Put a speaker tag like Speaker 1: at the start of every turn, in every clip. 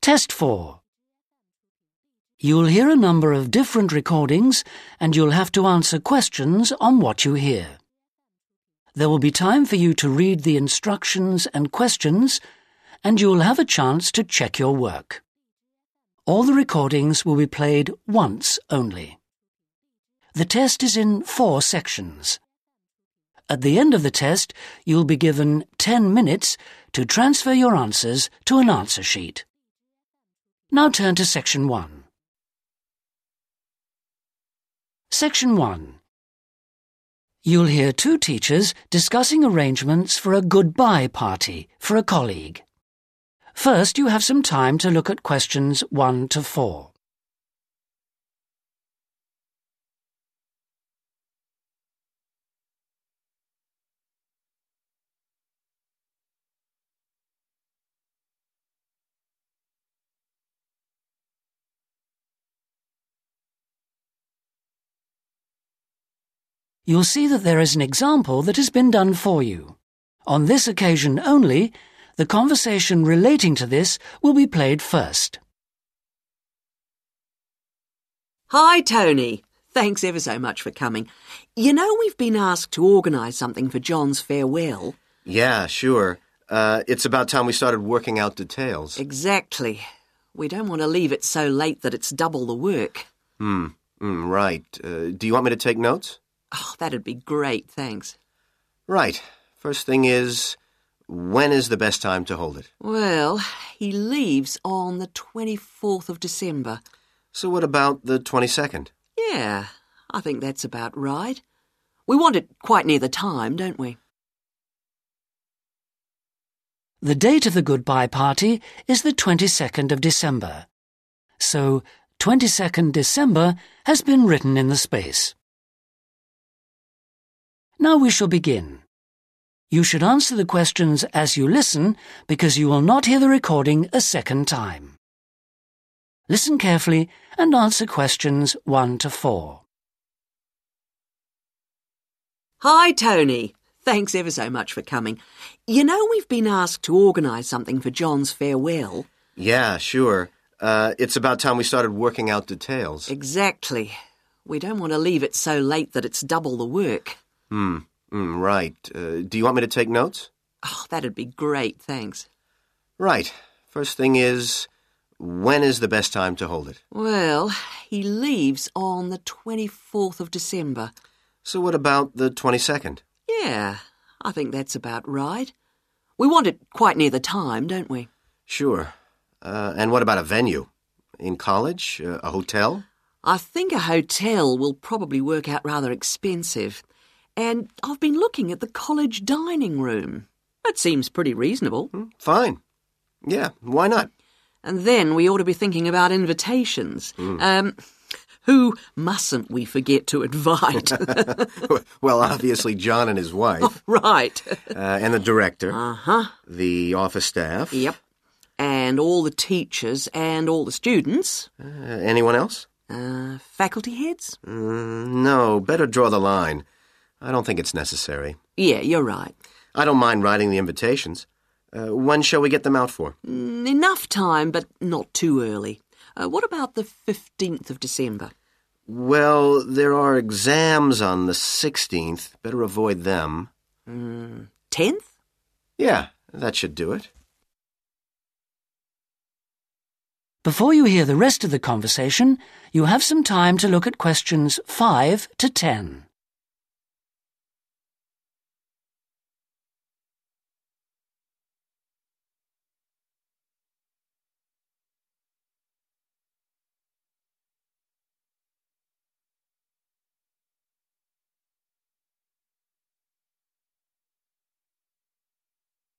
Speaker 1: Test 4. You'll hear a number of different recordings and you'll have to answer questions on what you hear. There will be time for you to read the instructions and questions and you'll have a chance to check your work. All the recordings will be played once only. The test is in four sections. At the end of the test, you'll be given 10 minutes to transfer your answers to an answer sheet. Now turn to section 1. Section 1. You'll hear two teachers discussing arrangements for a goodbye party for a colleague. First, you have some time to look at questions 1 to 4. You'll see that there is an example that has been done for you. On this occasion only, the conversation relating to this will be played first.
Speaker 2: Hi, Tony. Thanks ever so much for coming. You know, we've been asked to organise something for John's farewell.
Speaker 3: Yeah, sure. Uh, it's about time we started working out details.
Speaker 2: Exactly. We don't want to leave it so late that it's double the work.
Speaker 3: Hmm. Mm, right. Uh, do you want me to take notes?
Speaker 2: Oh, that'd be great, thanks.
Speaker 3: Right. First thing is, when is the best time to hold it?
Speaker 2: Well, he leaves on the 24th of December.
Speaker 3: So what about the 22nd?
Speaker 2: Yeah, I think that's about right. We want it quite near the time, don't we?
Speaker 1: The date of the goodbye party is the 22nd of December. So 22nd December has been written in the space. Now we shall begin. You should answer the questions as you listen because you will not hear the recording a second time. Listen carefully and answer questions 1 to 4.
Speaker 2: Hi, Tony. Thanks ever so much for coming. You know, we've been asked to organise something for John's farewell.
Speaker 3: Yeah, sure. Uh, it's about time we started working out details.
Speaker 2: Exactly. We don't want to leave it so late that it's double the work.
Speaker 3: Hmm. Mm, right. Uh, do you want me to take notes?
Speaker 2: Oh, that'd be great, thanks.
Speaker 3: Right. First thing is, when is the best time to hold it?
Speaker 2: Well, he leaves on the 24th of December.
Speaker 3: So what about the 22nd?
Speaker 2: Yeah, I think that's about right. We want it quite near the time, don't we?
Speaker 3: Sure. Uh, and what about a venue? In college? Uh, a hotel?
Speaker 2: I think a hotel will probably work out rather expensive. And I've been looking at the college dining room. That seems pretty reasonable.
Speaker 3: Hmm, Fine. Yeah, why not?
Speaker 2: And then we ought to be thinking about invitations. Um, who mustn't we forget to invite?
Speaker 3: well, obviously, John and his wife,
Speaker 2: right.
Speaker 3: uh, and the director,
Speaker 2: Uh huh.
Speaker 3: the office staff.
Speaker 2: Yep. And all the teachers and all the students,
Speaker 3: Uh, anyone else?
Speaker 2: uh, faculty heads?
Speaker 3: Mm, no, better draw the line. I don't think it's necessary.
Speaker 2: Yeah, you're right.
Speaker 3: I don't mind writing the invitations. Uh, when shall we get them out for?
Speaker 2: Mm, Enough time, but not too early. Uh, what about the 15th of December?
Speaker 3: Well, there are exams on the 16th. Better avoid them.
Speaker 2: 10th?
Speaker 3: Yeah, that should do it.
Speaker 1: Before you hear the rest of the conversation, you have some time to look at questions 5 to 10.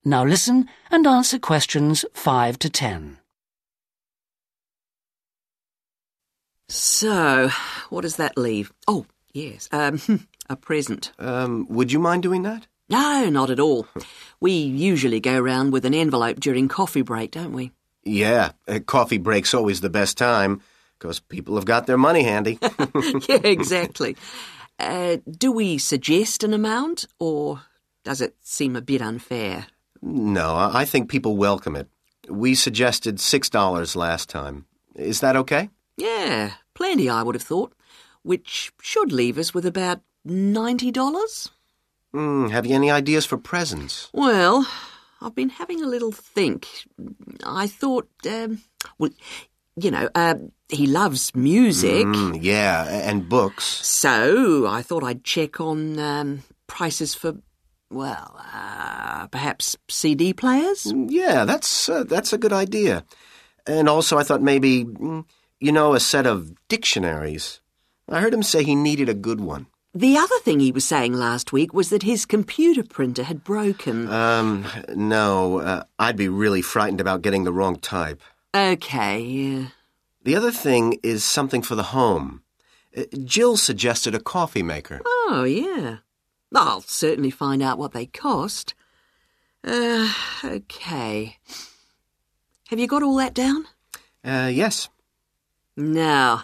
Speaker 1: Now listen and answer questions 5 to 10.
Speaker 2: So, what does that leave? Oh, yes, um, a present.
Speaker 3: Um, would you mind doing that?
Speaker 2: No, not at all. We usually go round with an envelope during coffee break, don't we?
Speaker 3: Yeah, a coffee break's always the best time, 'cause people have got their money handy.
Speaker 2: yeah, exactly. Uh, do we suggest an amount, or does it seem a bit unfair?
Speaker 3: no, I I think people welcome it. We suggested $6 last time. Is that okay?
Speaker 2: Yeah, plenty, I would have thought, which should leave us with about $90.
Speaker 3: Mm, have you any ideas for presents?
Speaker 2: Well, I've been having a little think. I thought, um, well, you know, uh, he loves music,
Speaker 3: Mm, yeah, a- and books.
Speaker 2: so I thought I'd check on um, prices for, well, uh, perhaps CD players?
Speaker 3: Yeah, that's uh, that's a good idea. And also, I thought maybe mm, you know a set of dictionaries. I heard him say he needed a good one.
Speaker 2: The other thing he was saying last week was that his computer printer had broken.
Speaker 3: Um, no, uh, I'd be really frightened about getting the wrong type.
Speaker 2: okay, yeah.
Speaker 3: The other thing is something for the home. Uh, Jill suggested a coffee maker.
Speaker 2: Oh, yeah. I'll certainly find out what they cost. Uh, okay. Have you got all that down?
Speaker 3: Uh, yes.
Speaker 2: Now,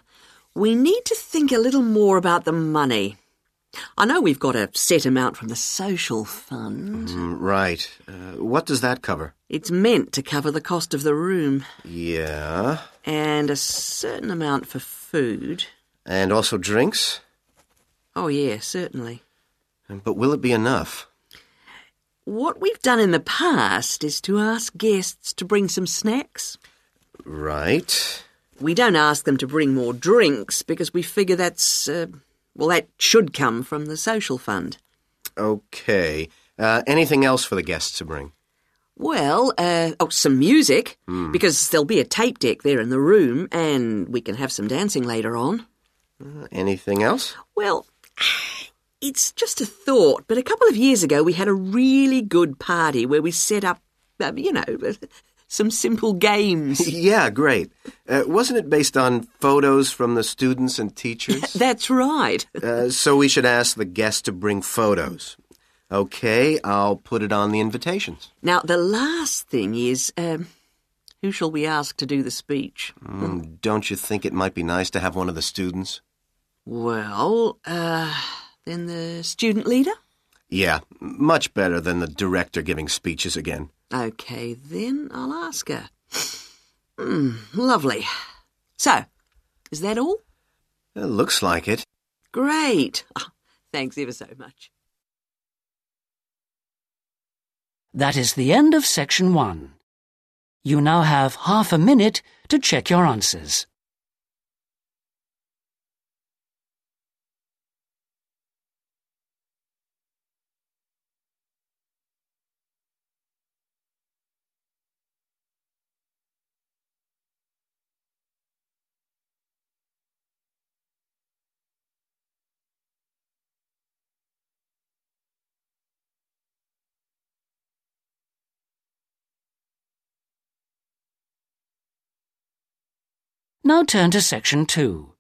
Speaker 2: we need to think a little more about the money. I know we've got a set amount from the social fund.
Speaker 3: Mm, right. Uh, what does that cover?
Speaker 2: It's meant to cover the cost of the room
Speaker 3: Yeah.
Speaker 2: and a certain amount for food.
Speaker 3: And also drinks?
Speaker 2: Oh, yeah, certainly.
Speaker 3: But will it be enough?
Speaker 2: What we've done in the past is to ask guests to bring some snacks.
Speaker 3: Right.
Speaker 2: We don't ask them to bring more drinks because we figure that's, uh, well, that should come from the social fund.
Speaker 3: Okay. Uh, anything else for the guests to bring?
Speaker 2: Well, uh, oh, some music because there'll be a tape deck there in the room and we can have some dancing later on.
Speaker 3: Anything else?
Speaker 2: Well, it's just a thought, but a couple of years ago we had a really good party where we set up, uh, you know, some simple games.
Speaker 3: yeah, great. Uh, wasn't it based on photos from the students and teachers?
Speaker 2: That's right.
Speaker 3: uh, so we should ask the guests to bring photos. Okay, I'll put it on the invitations.
Speaker 2: Now, the last thing is um, who shall we ask to do the speech?
Speaker 3: Mm, don't you think it might be nice to have one of the students?
Speaker 2: Well, uh, then the student leader?
Speaker 3: Yeah, much better than the director giving speeches again.
Speaker 2: Okay, then I'll ask her. Hmm, lovely. So, is that all?
Speaker 3: Uh, looks like it.
Speaker 2: Great. Ah, Thanks ever so much.
Speaker 1: That is the end of section one. You now have half a minute to check your answers. Now turn to section 2.